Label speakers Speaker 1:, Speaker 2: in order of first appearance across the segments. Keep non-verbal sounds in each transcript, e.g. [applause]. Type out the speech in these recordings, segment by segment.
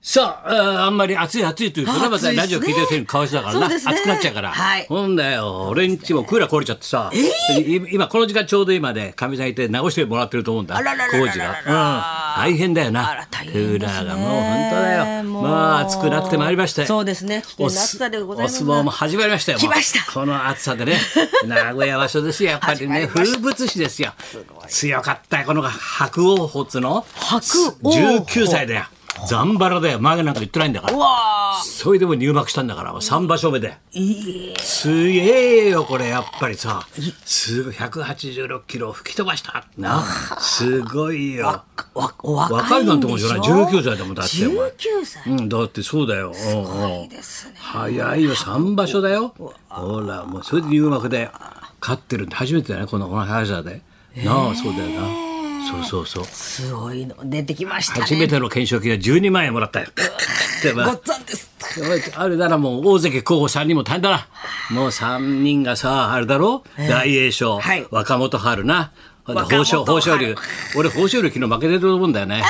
Speaker 1: さあ、あーあんまり暑い暑いというとね、
Speaker 2: あ
Speaker 1: また
Speaker 2: 暑いっすね
Speaker 1: ラジオ聞いてる人にかわいそうだからな、
Speaker 2: そうですね
Speaker 1: 暑くなっちゃうから。
Speaker 2: はい
Speaker 1: ほんだよ、俺んちもクーラー壊れちゃってさ、い今この時間ちょうど今ね、かみさんいて直してもらってると思うんだ、
Speaker 2: あららららら
Speaker 1: 工
Speaker 2: ら
Speaker 1: 事が。うん、大変だよ
Speaker 2: あ
Speaker 1: な
Speaker 2: ら、大
Speaker 1: ク
Speaker 2: 変
Speaker 1: ー
Speaker 2: で
Speaker 1: ラ
Speaker 2: す
Speaker 1: ー
Speaker 2: ね
Speaker 1: がもう本当だよ。
Speaker 2: もう
Speaker 1: まあ暑くなってまいりましたよ
Speaker 2: そうですね危険
Speaker 1: お
Speaker 2: な
Speaker 1: す
Speaker 2: 暑さでございます
Speaker 1: お相撲も始まりましたよ。もう
Speaker 2: 来ました
Speaker 1: この暑さ
Speaker 2: [laughs]
Speaker 1: でね、名古屋場所ですよ、やっぱりね、
Speaker 2: 始まりました
Speaker 1: 風物詩ですよ。強かったよ、この白鵬鵬っつうの。
Speaker 2: 白鵬
Speaker 1: 19歳だよ。ザンバラだよ。前なんか言ってないんだから
Speaker 2: う。わあ
Speaker 1: それでも入幕したんだから、3場所目で。
Speaker 2: いい
Speaker 1: すげえよ、これ、やっぱりさ。すごい、186キロを吹き飛ばした。な。すごいよ。
Speaker 2: わお若
Speaker 1: 若
Speaker 2: い
Speaker 1: い
Speaker 2: ん
Speaker 1: なんてもん
Speaker 2: で
Speaker 1: じ
Speaker 2: し
Speaker 1: ゃ
Speaker 2: ょ
Speaker 1: ない。19歳だもん、だって。お前
Speaker 2: 19歳
Speaker 1: うん、だってそうだよ。す
Speaker 2: いいですね
Speaker 1: 早いよ3場所だよほらもうそれで入幕で勝ってるって初めてだねこのこの速さでなあそうだよなそうそうそう
Speaker 2: すごいの出てきましたね
Speaker 1: 初めての懸賞金は12万円もらったよでま
Speaker 2: ご
Speaker 1: あ
Speaker 2: っつぁんです
Speaker 1: あれならもう大関候補3人も大変だなもう3人がさあれだろ大栄翔
Speaker 2: はい
Speaker 1: 若元春なほんで
Speaker 2: 若
Speaker 1: 豊昇
Speaker 2: 元
Speaker 1: 豊
Speaker 2: 春
Speaker 1: 昇龍俺豊昇龍昨日負けてると思うんだよね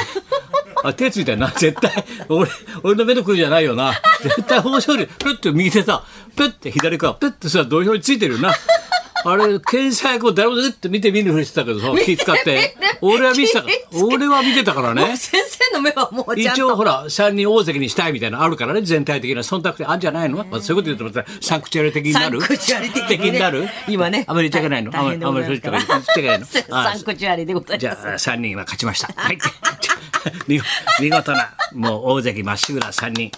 Speaker 1: あ手ついたよな絶対俺俺の目のくじゃないよな絶対豊昇龍プッて右手さプッて左からプッてさ土俵についてるよなあれ検査こう誰もずっと見て見ぬふりしてたけどさ気使って俺は見てたから
Speaker 2: 気使って
Speaker 1: 俺は見てたからね
Speaker 2: 先生の目はもうちゃん
Speaker 1: 一
Speaker 2: と
Speaker 1: 応ほら3人大関にしたいみたいなのあるからね全体的な忖度ってあんじゃないの、まあ、そういうこと言うとまたサンクチュアリ的になる
Speaker 2: サンクチュアリ的にね
Speaker 1: になる
Speaker 2: 今ね
Speaker 1: あまり言っちゃいけないの
Speaker 2: 大変で
Speaker 1: あ
Speaker 2: ご
Speaker 1: ま
Speaker 2: ざ
Speaker 1: り
Speaker 2: い
Speaker 1: あま
Speaker 2: ま
Speaker 1: り
Speaker 2: すか
Speaker 1: そう
Speaker 2: ら
Speaker 1: 言っちゃいけ
Speaker 2: [laughs]
Speaker 1: ないのあ
Speaker 2: サンクチュアリでござい
Speaker 1: じ
Speaker 2: ま
Speaker 1: ゃ
Speaker 2: す
Speaker 1: あ3人は勝ちましたはい [laughs] 見見事なもう大関まっしぐら3人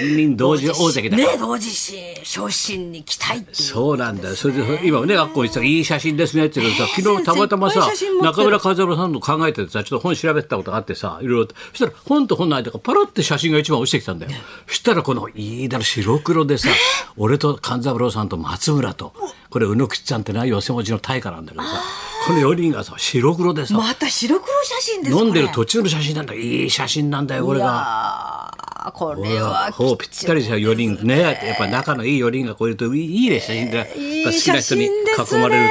Speaker 1: 3人同時大関だから
Speaker 2: ね同時進昇進に期待っていう
Speaker 1: そうなんだよ。それで今ね学校行ってたいい写真ですねって言うけどさ、
Speaker 2: えー
Speaker 1: 昨日たまたま
Speaker 2: 先
Speaker 1: さ
Speaker 2: 輩写真持ってる
Speaker 1: 中村和郎さんの考えててさちょっと本調べてたことがあってさいろいろとそしたら本と本の間からパラって写真が一枚落ちてきたんだよ。そしたらこのいいだろ白黒でさ俺と勘三郎さんと松村とこれ宇野吉さんってな寄せ持ちの大家なんだけどさこの4人がさ白黒でさ
Speaker 2: また白黒写真ですか
Speaker 1: 飲んでる
Speaker 2: こ
Speaker 1: 途中の写真なんだいい写真なんだよこ
Speaker 2: れ
Speaker 1: れ
Speaker 2: い
Speaker 1: が。
Speaker 2: やーこ
Speaker 1: い
Speaker 2: れ
Speaker 1: や
Speaker 2: は
Speaker 1: ほうぴったりですよ4人ねやっぱ仲のいい4人がこういるといいいいですねやっぱ好きな人に囲まれると
Speaker 2: いい写真です
Speaker 1: ねだ
Speaker 2: ね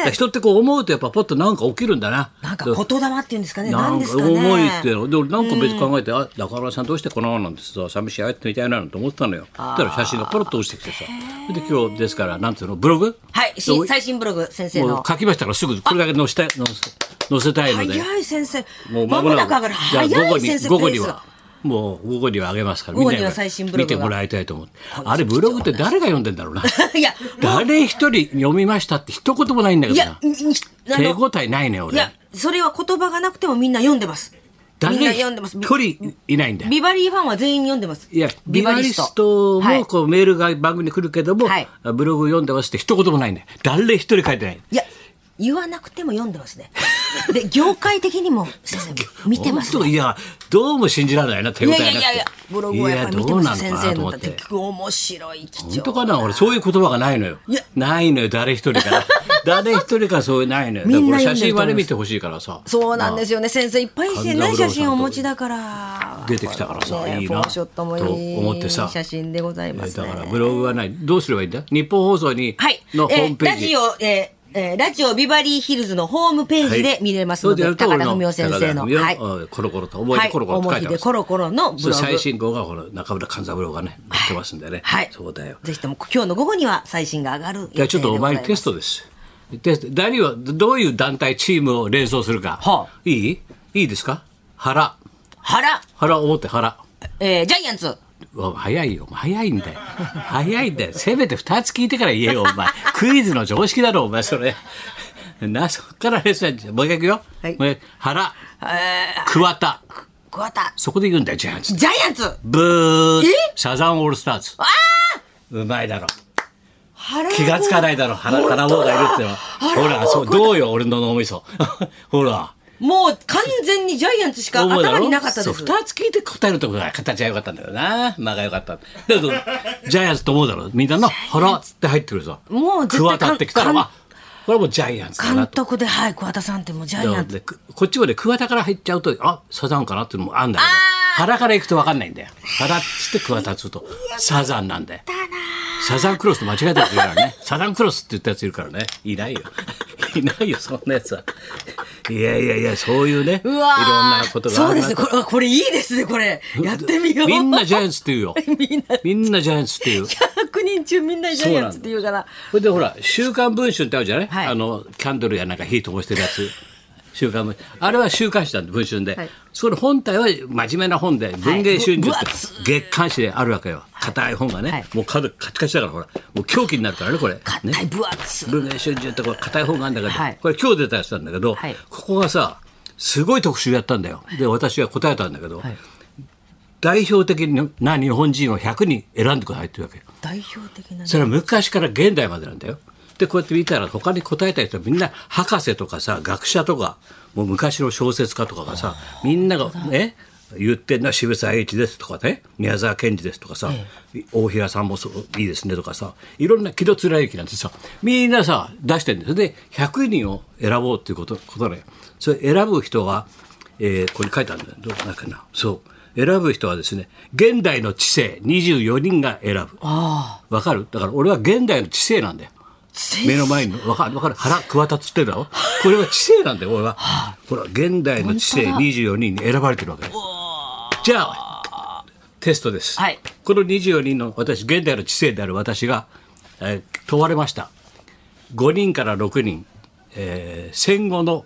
Speaker 1: から人ってこう思うとやっぱポッとなんか起きるんだな
Speaker 2: なんか言霊っていうんですかね
Speaker 1: な
Speaker 2: 何
Speaker 1: ん
Speaker 2: で
Speaker 1: か
Speaker 2: すかね
Speaker 1: 重いっていうので俺なんか別に考えて「あ中村さんどうしてこのままなんですさ寂しい会ってみたいな」と思ってたのよだから写真がポロッと落ちてきてさで今日ですからなんていうのブログ
Speaker 2: はいし最新ブログ先生
Speaker 1: もう
Speaker 2: の
Speaker 1: 書きましたからすぐこれだけ載せたい載せ載せたいので
Speaker 2: 早い先生
Speaker 1: もう
Speaker 2: ま
Speaker 1: 間
Speaker 2: も
Speaker 1: もな
Speaker 2: なく
Speaker 1: く
Speaker 2: 上がる
Speaker 1: じゃあ
Speaker 2: 早
Speaker 1: 午後
Speaker 2: い
Speaker 1: に
Speaker 2: 先生
Speaker 1: 午後
Speaker 2: ペ
Speaker 1: に
Speaker 2: ース
Speaker 1: は
Speaker 2: が
Speaker 1: もう午後にはあげますから
Speaker 2: 午後
Speaker 1: みん
Speaker 2: に
Speaker 1: な
Speaker 2: は
Speaker 1: に
Speaker 2: 最新ブログ
Speaker 1: 見
Speaker 2: が
Speaker 1: てもらいたいと思うあれブログって誰が読んでん
Speaker 2: [laughs]
Speaker 1: だろうな
Speaker 2: いや
Speaker 1: 誰一人読みましたって一言もないんだけ
Speaker 2: い
Speaker 1: ど
Speaker 2: や
Speaker 1: ない
Speaker 2: いあ
Speaker 1: 手
Speaker 2: の
Speaker 1: 応えないね
Speaker 2: い
Speaker 1: 俺
Speaker 2: やそれは言葉がなくてもみんな読んでますみんな
Speaker 1: 誰
Speaker 2: 読んでます
Speaker 1: 一人いないんだよ
Speaker 2: ビバリーファンは全員読んでます
Speaker 1: いやビバリスト
Speaker 2: はい
Speaker 1: もこうメールが番組に来るけども
Speaker 2: はい
Speaker 1: ブログ読んでますって一言もないね誰一人書いてない
Speaker 2: いや、言わなくても読んでますね。で、業界的にも、先生、見てます
Speaker 1: 本当
Speaker 2: ね。
Speaker 1: いやどうも信じられないな手
Speaker 2: い
Speaker 1: 応えな
Speaker 2: や
Speaker 1: く
Speaker 2: い
Speaker 1: て
Speaker 2: やいやいや、ブログはやっぱり見て
Speaker 1: いやどう
Speaker 2: ま
Speaker 1: な
Speaker 2: す、
Speaker 1: の
Speaker 2: 先
Speaker 1: かな
Speaker 2: 生
Speaker 1: と
Speaker 2: の
Speaker 1: 思
Speaker 2: だ
Speaker 1: っ
Speaker 2: って
Speaker 1: て。
Speaker 2: 面白い、貴重。
Speaker 1: 本当かな俺そういう言葉がないのよ
Speaker 2: いや
Speaker 1: ないのよ誰一人から
Speaker 2: [laughs]
Speaker 1: 誰一人からそういうないのよ
Speaker 2: みんな
Speaker 1: だからこれ
Speaker 2: 読ん
Speaker 1: 写
Speaker 2: で
Speaker 1: 真
Speaker 2: ると
Speaker 1: はいね
Speaker 2: 思ます
Speaker 1: 見てほしいからさ
Speaker 2: そうなんですよね、先生、いっぱい
Speaker 1: 神田
Speaker 2: ない
Speaker 1: うろう
Speaker 2: 写
Speaker 1: さんと
Speaker 2: 真をお持ちだから。
Speaker 1: 出てきたからさ
Speaker 2: ね
Speaker 1: いいな
Speaker 2: フォーショットもいい
Speaker 1: と思ってさ
Speaker 2: 写真でございます
Speaker 1: だ
Speaker 2: ね。
Speaker 1: からブログはないどうすればいいんだ日本放送に
Speaker 2: はい。
Speaker 1: のホ
Speaker 2: え
Speaker 1: ームペー
Speaker 2: ラ
Speaker 1: ジ、
Speaker 2: ジオ、えーえーラジオビバリーヒルズのホームページで見れますので、
Speaker 1: はいそう
Speaker 2: 高
Speaker 1: やる
Speaker 2: 田
Speaker 1: と
Speaker 2: 文夫先生の。
Speaker 1: 高田文夫
Speaker 2: はい。
Speaker 1: うんコロコロと思い出コロコロと書いて
Speaker 2: はい思い
Speaker 1: ます
Speaker 2: 出コロコロのブログ
Speaker 1: そう最新号がこの中村勘三郎がね載ってますんでね、
Speaker 2: はい。
Speaker 1: そうだよ
Speaker 2: ぜひとも今日の午後には最新が上がる予定でご
Speaker 1: い
Speaker 2: ざい
Speaker 1: やちょっとお前にテ
Speaker 2: ます
Speaker 1: ストです。テスト何をどういう団体チームを連想するか。
Speaker 2: はあ
Speaker 1: いいいいですか？腹
Speaker 2: 原、
Speaker 1: 腹表腹。
Speaker 2: えー、ジャイアンツ。
Speaker 1: うわ早いよ早いんだよ早いんだよせめて2つ聞いてから言えよお前クイズの常識だろお前それなそっからレッスンじゃんもう一回いくよ、
Speaker 2: はい
Speaker 1: もう一回腹
Speaker 2: え
Speaker 1: 桑田
Speaker 2: ー、桑田。
Speaker 1: そこで言うんだよジャイアンツ
Speaker 2: ジャイアンツ。
Speaker 1: ブー
Speaker 2: え
Speaker 1: サザンオールスターズうまいだろ
Speaker 2: 原
Speaker 1: 気がつかないだろ腹腹棒がいるってのはほらそうどうよ俺の脳みそ [laughs] ほら
Speaker 2: もう完全にジャイアンツしか
Speaker 1: 思うだろ
Speaker 2: 頭になかったです。
Speaker 1: そう二つ聞いて答えるとこが形は良かったんだよな間が良かっただけ
Speaker 2: [laughs]
Speaker 1: どジャイアンツと思うだろみんなの腹って入ってくるさ
Speaker 2: もう絶対
Speaker 1: 桑田ってきたら
Speaker 2: かん
Speaker 1: あこれはもうジャイアンツだ
Speaker 2: 監
Speaker 1: なと
Speaker 2: 督で、はい、桑田さんってもうジャイアンツ。
Speaker 1: でこっちまで桑田から入っちゃうとあサザンかなっていうのもあんだけど腹から行くと分かんないんだよ腹っつって桑田っつうとサザンなんだよサザンクロスと間違えた [laughs] やついるからねサザンクロスって言ったやついるからねいないよいないよそんなやつはいやいやいや、そういうね、いろん
Speaker 2: うわー
Speaker 1: なことが
Speaker 2: そ
Speaker 1: あ
Speaker 2: う
Speaker 1: るな
Speaker 2: ですねこれあこれいいですねこれやってみよう
Speaker 1: みん
Speaker 2: [laughs]
Speaker 1: なジャイアンツって言うよ。
Speaker 2: みんな
Speaker 1: [laughs] みんなジャイアンツって言う。
Speaker 2: 100人中みんなジャイアンツって言うから
Speaker 1: それでほら「週刊文春」ってあるじゃない、
Speaker 2: はい
Speaker 1: あのキャンドルやなんか火灯してるやつ週刊文春あれは週刊誌なんで文春で、
Speaker 2: はい
Speaker 1: それ本体は真面目な本で文芸春秋
Speaker 2: ぶ分
Speaker 1: って
Speaker 2: 厚
Speaker 1: 月刊誌であるわけよ硬い本がね、
Speaker 2: はい
Speaker 1: もう角カチカチだからほらもう狂気になるからねこれ
Speaker 2: 硬
Speaker 1: ね
Speaker 2: い分厚い
Speaker 1: 文芸春秋ってこれ硬い本があるんだけど、
Speaker 2: はい
Speaker 1: これ今日出たやつなんだけど、
Speaker 2: はい
Speaker 1: ここがさすごい特集やったんだよで私は答えたんだけど、
Speaker 2: はい
Speaker 1: 代表的な日本人を100人選んでくださいっていうわけよ
Speaker 2: 代表的な
Speaker 1: それは昔から現代までなんだよ。でこうやって見たら他に答えた人はみんな博士とかさ学者とかもう昔の小説家とかがさみんながね言ってんのは渋沢栄一ですとかね宮沢賢治ですとかさ、大平さんもそういいですねとかさいろんな木戸貫之なんてさみんなさ出してるんですよで100人を選ぼうっていうことことねそれ選ぶ人は、えーここに書いてあるんだよどうなんかなそう選ぶ人はですね現代の知性24人が選ぶ。わかるだから俺は現代の知性なんだよ。目の前にわかるわかる腹くわたつってるだろこれは知性なんだよ俺は。ほら現代の知性24人に選ばれてるわけだよじゃあテストです、
Speaker 2: はい
Speaker 1: この24人の私現代の知性である私が、えー問われました5人から6人、えー戦後の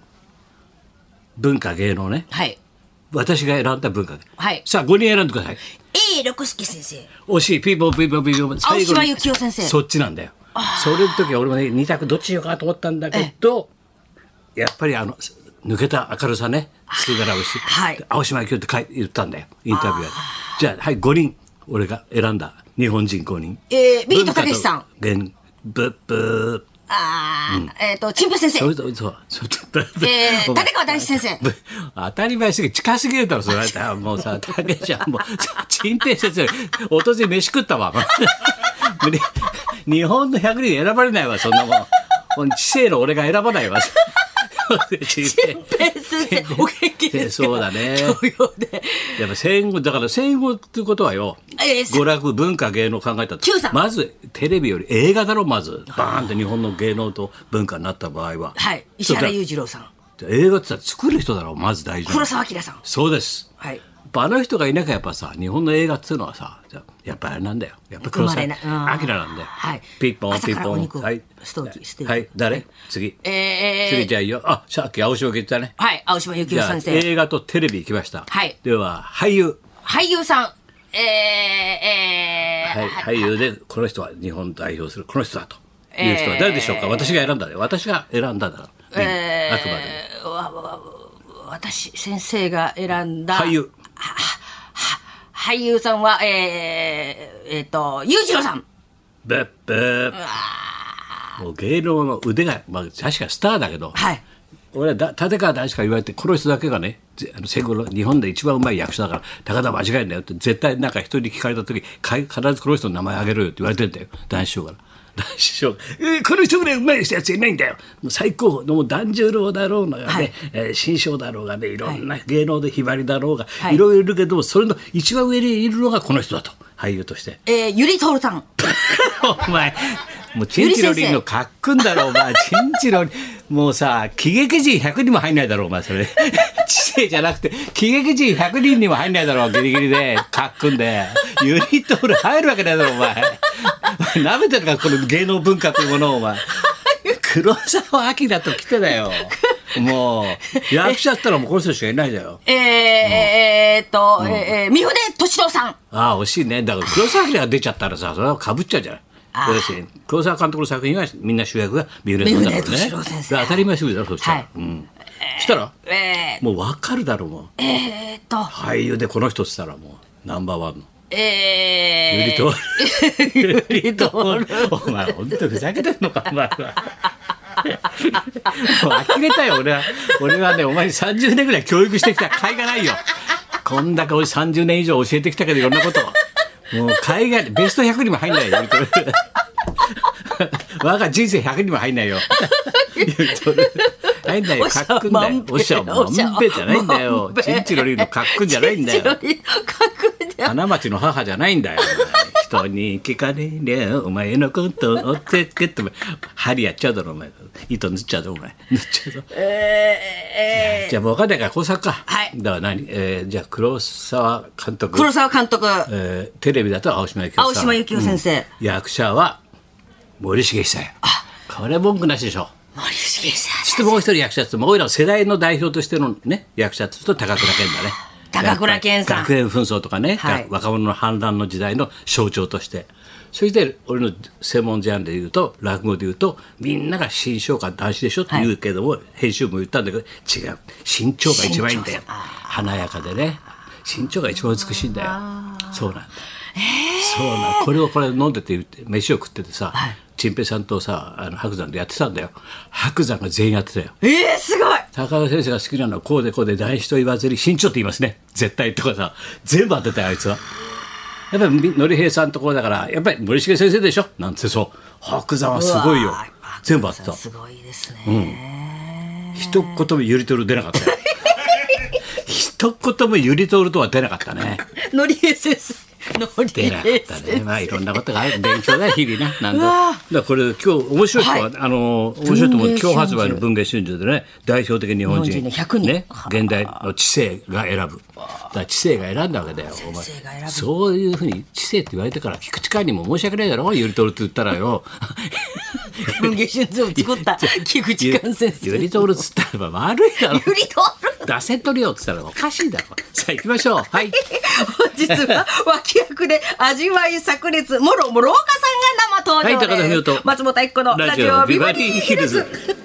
Speaker 1: 文化芸能ね
Speaker 2: はい
Speaker 1: 私が選んだ文化芸能、
Speaker 2: はい
Speaker 1: さあ5人選んでください
Speaker 2: A 六助先生
Speaker 1: 惜しいピーポーピーポーピーポー
Speaker 2: 青島
Speaker 1: に
Speaker 2: 幸男先生
Speaker 1: そっちなんだよそれの時は俺もね2択どっちにしようかと思ったんだけどやっぱりあの抜けた明るさね吸い殻をし、
Speaker 2: はい
Speaker 1: 青島幸男って書い言ったんだよインタビューでじゃあはい5人俺が選んだ日本人5人
Speaker 2: えービートたけしさん
Speaker 1: 文化と文ブッブー
Speaker 2: あー、えっと陳平先生
Speaker 1: そうそうそうそう [laughs]
Speaker 2: えー
Speaker 1: お前
Speaker 2: 立川談志先生
Speaker 1: ぶ当たり前すぎ近すぎるだろそれあもうさたけちゃんもう陳平先生おとつい飯食ったわで日本の100人選ばれないわそんなもんほん知性の俺が選ばないわ陳平
Speaker 2: ペン先生、お元気ですか
Speaker 1: そうだね
Speaker 2: 同様で。
Speaker 1: やっぱ戦後だから戦後ってことはよ、
Speaker 2: ええ
Speaker 1: 娯楽文化芸能考えたって
Speaker 2: Q さん
Speaker 1: まずテレビより映画だろまずバーンって日本の芸能と文化になった場合は
Speaker 2: はい。
Speaker 1: そ
Speaker 2: 石
Speaker 1: うだ
Speaker 2: 原裕次郎さん、
Speaker 1: 映画ってさ作る人だろまず大事なの
Speaker 2: 黒澤明さん。
Speaker 1: そうです
Speaker 2: はい。
Speaker 1: やっぱあの人がいなきゃやっぱさ日本の映画っていうのはさやっぱあれなんだよやっぱ黒
Speaker 2: 生ま
Speaker 1: 沢明
Speaker 2: れなうん
Speaker 1: なんだよ、
Speaker 2: はい
Speaker 1: ピッポン
Speaker 2: 朝
Speaker 1: ピ
Speaker 2: から
Speaker 1: ッポ
Speaker 2: お
Speaker 1: ン
Speaker 2: 肉を
Speaker 1: はい
Speaker 2: ストーキーステーキ
Speaker 1: はい誰次、次
Speaker 2: えー、
Speaker 1: じゃあいいよあさっき青島言ったね
Speaker 2: はい。青島幸
Speaker 1: じ
Speaker 2: 男
Speaker 1: ゃあ
Speaker 2: 先生。
Speaker 1: 映画とテレビ行きました、
Speaker 2: はい
Speaker 1: では俳優
Speaker 2: 俳優さん、えー、えー、
Speaker 1: はい、俳優でこの人は日本を代表するこの人だという人は誰でしょうか、私が選んだね私が選んだんだから、あくまで
Speaker 2: えーわわわ私、先生が選んだ。
Speaker 1: 俳優。
Speaker 2: 俳優さんは、えー、えっと、裕次郎さん。
Speaker 1: ブッブーもう芸能の腕が、まあ、確かスターだけど、
Speaker 2: はい。
Speaker 1: 俺はだ立川談志から言われてこの人だけがねぜあの戦後の日本で一番うまい役者だから高田間違いないよって絶対なんか人に聞かれた時か必ずこの人の名前あげろよって言われてんだよ談志師匠から。談志師匠がえーこの人ぐらいうまい人やついないんだよもう最高峰のもう團十郎だろうがね、
Speaker 2: はい
Speaker 1: えー新章だろうがねいろんな芸能でひばりだろうが、
Speaker 2: はい
Speaker 1: い、ろいろいるけどもそれの一番上にいるのがこの人だと俳優として。
Speaker 2: えー、ゆりとおるさん。
Speaker 1: お前もうチンチロリンのかっくんだろお前チンチロリンもうさ喜劇人100人も入んないだろお前それ知性じゃなくて喜劇人100人にも入んないだろギリギリでかっくんでユニットフル入るわけないだろお前お前なめてるかこの芸能文化というものをお前黒沢明と来てだよもう役者ったらもうこの人しかいないだよ
Speaker 2: えー、えーっと、えーえー、三船敏郎さん。
Speaker 1: ああ惜しいねだから黒沢明が出ちゃったらさそれはかぶっちゃうじゃない
Speaker 2: ああ
Speaker 1: 要するに黒沢監督の作品はみんな主役が三浦さんだからね
Speaker 2: 三浦敏郎先生
Speaker 1: だから当たり前すぎだろそしたら、
Speaker 2: はい
Speaker 1: うんそしたら
Speaker 2: え
Speaker 1: もう分かるだろうもう
Speaker 2: ー、えーっと、
Speaker 1: 俳優でこの人っつったらもうナンバーワンのゆり
Speaker 2: えー、
Speaker 1: とゆりとお前本当ふざけてんのかお前は。もう呆れたよ俺は俺はねお前に30年ぐらい教育してきた甲斐がないよこんだけ俺30年以上教えてきたけどいろんなことをもう甲斐がないベスト100にも入んないよゆりと我が人生100にも入んないよゆりと入んないよ
Speaker 2: おしゃ
Speaker 1: かっくんだよお
Speaker 2: お
Speaker 1: っし
Speaker 2: し
Speaker 1: ゃ
Speaker 2: ゃ
Speaker 1: まんべじゃないんだよ
Speaker 2: まんべ
Speaker 1: ちんちろりのかっくんじゃないんだよ [laughs]
Speaker 2: チンチロリンのかっくんじゃ
Speaker 1: 花町の母じゃないんだよ。人に聞かねえりゃお前のことを追ってけってお前針やっちゃうだろお前糸塗っちゃうだろお前塗っちゃうぞ
Speaker 2: えー
Speaker 1: [laughs]
Speaker 2: え
Speaker 1: じゃあもう分かんないから工作か
Speaker 2: はい
Speaker 1: だから何、えーじゃあ黒沢監
Speaker 2: ー
Speaker 1: 督
Speaker 2: 黒沢監督、
Speaker 1: えーテレビだと青島由紀夫さん
Speaker 2: 青島由紀夫先生、
Speaker 1: 役者は森重久彌これ文句なしでしょ
Speaker 2: 森重さん
Speaker 1: そしてもう一人役者ってもう俺らの世代の代表としてのね役者って言うと高倉健だね
Speaker 2: [laughs] 高倉健さん
Speaker 1: やっぱり学園紛争とかね、
Speaker 2: はい
Speaker 1: 若者の反乱の時代の象徴としてそして俺の専門ジャンルで言うと落語で言うとみんなが新潮館男子でしょって言うけども、編集部も言ったんだけど違う新潮が一番いいんだよ華やかでね新潮が一番美しいんだよそうなんだそうなのこれをこれ飲んでて言って飯を食っててさ、陳平さんとさあの白山でやってたんだよ白山が全員やってたよ
Speaker 2: えー、すごい
Speaker 1: 高田先生が好きなのはこうでこうで大師と言わずに身長って言いますね絶対とかさ全部当てたよあいつはやっぱりみ典平さんところだからやっぱり森重先生でしょなんてそう白山はすごいよ
Speaker 2: うわー
Speaker 1: 全部当てた
Speaker 2: すごいですね、
Speaker 1: 一言もゆりとる出な
Speaker 2: [laughs]
Speaker 1: かったよ一言もゆりとるとは出なかった
Speaker 2: [laughs]
Speaker 1: ね
Speaker 2: のりえ先生のり
Speaker 1: 出なかっ
Speaker 2: え
Speaker 1: た
Speaker 2: 先
Speaker 1: ね。
Speaker 2: 生、
Speaker 1: まあいろんなことがある勉強だよ日々な。なんだ。
Speaker 2: うわ
Speaker 1: だからこれ今日面白い人は、
Speaker 2: はい
Speaker 1: あの面白いと思う。
Speaker 2: 文藝春秋
Speaker 1: 今日発売の文芸春秋でね代表的日本人
Speaker 2: 日本人の100人
Speaker 1: ね現代の知性が選ぶ。だから知性が選んだわけだよ。お前
Speaker 2: 先生が選ぶ
Speaker 1: そういうふうに知性って言われてから菊池寛にも申し訳ないだろ。ゆりとるって言ったらよ。
Speaker 2: 文芸春秋を作った [laughs] 菊池寛先生
Speaker 1: ゆ
Speaker 2: ゆり
Speaker 1: りとるっつったら悪いだろ。
Speaker 2: とる
Speaker 1: 出せとるよって言ったらおかし [laughs] いだろ。さ [laughs] あ行きましょう。はい。
Speaker 2: 本日は脇役で味わい炸裂もろもろ岡さんが生登場です、
Speaker 1: はい高田文夫と
Speaker 2: 松本一子のラジオビバリーヒルズ